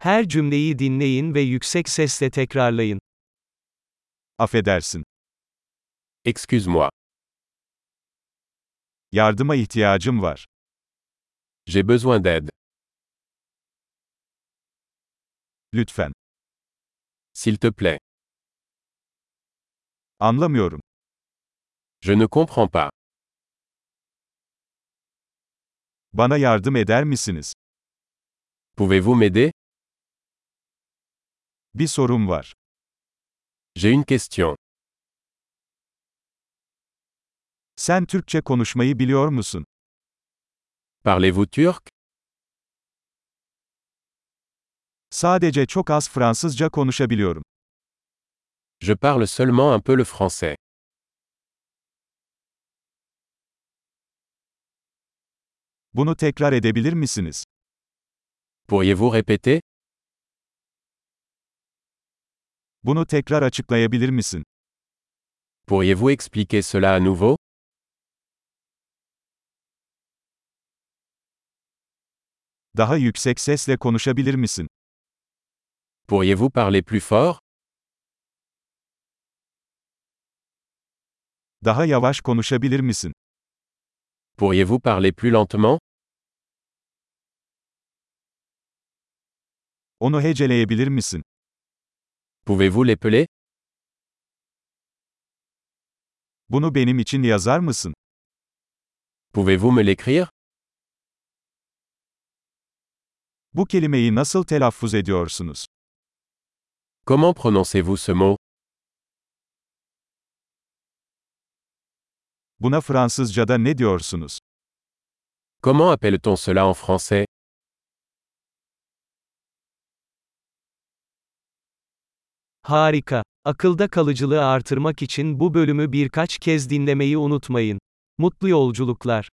Her cümleyi dinleyin ve yüksek sesle tekrarlayın. Affedersin. Excuse-moi, Yardıma ihtiyacım var. j'ai besoin d'aide. Lütfen. S'il te plaît, Anlamıyorum. je ne comprends pas. Bana yardım eder misiniz? Pouvez-vous m'aider Bir sorum var. J'ai une question. Sen Türkçe konuşmayı biliyor musun? Parlez-vous turc Sadece çok az Fransızca konuşabiliyorum. Je parle seulement un peu le français. Bunu tekrar edebilir misiniz? Pourriez-vous répéter Bunu tekrar açıklayabilir misin? Pourriez-vous expliquer cela à nouveau Daha yüksek sesle konuşabilir misin? Pourriez-vous parler plus fort Daha yavaş konuşabilir misin? Pourriez-vous parler plus lentement Onu heceleyebilir misin? Pouvez-vous l'épeler Bunu benim için yazar mısın? Pouvez-vous me l'écrire Bu kelimeyi nasıl telaffuz ediyorsunuz? Comment prononcez-vous ce mot Buna Fransızca'da ne diyorsunuz? Comment appelle-t-on cela en français Harika. Akılda kalıcılığı artırmak için bu bölümü birkaç kez dinlemeyi unutmayın. Mutlu yolculuklar.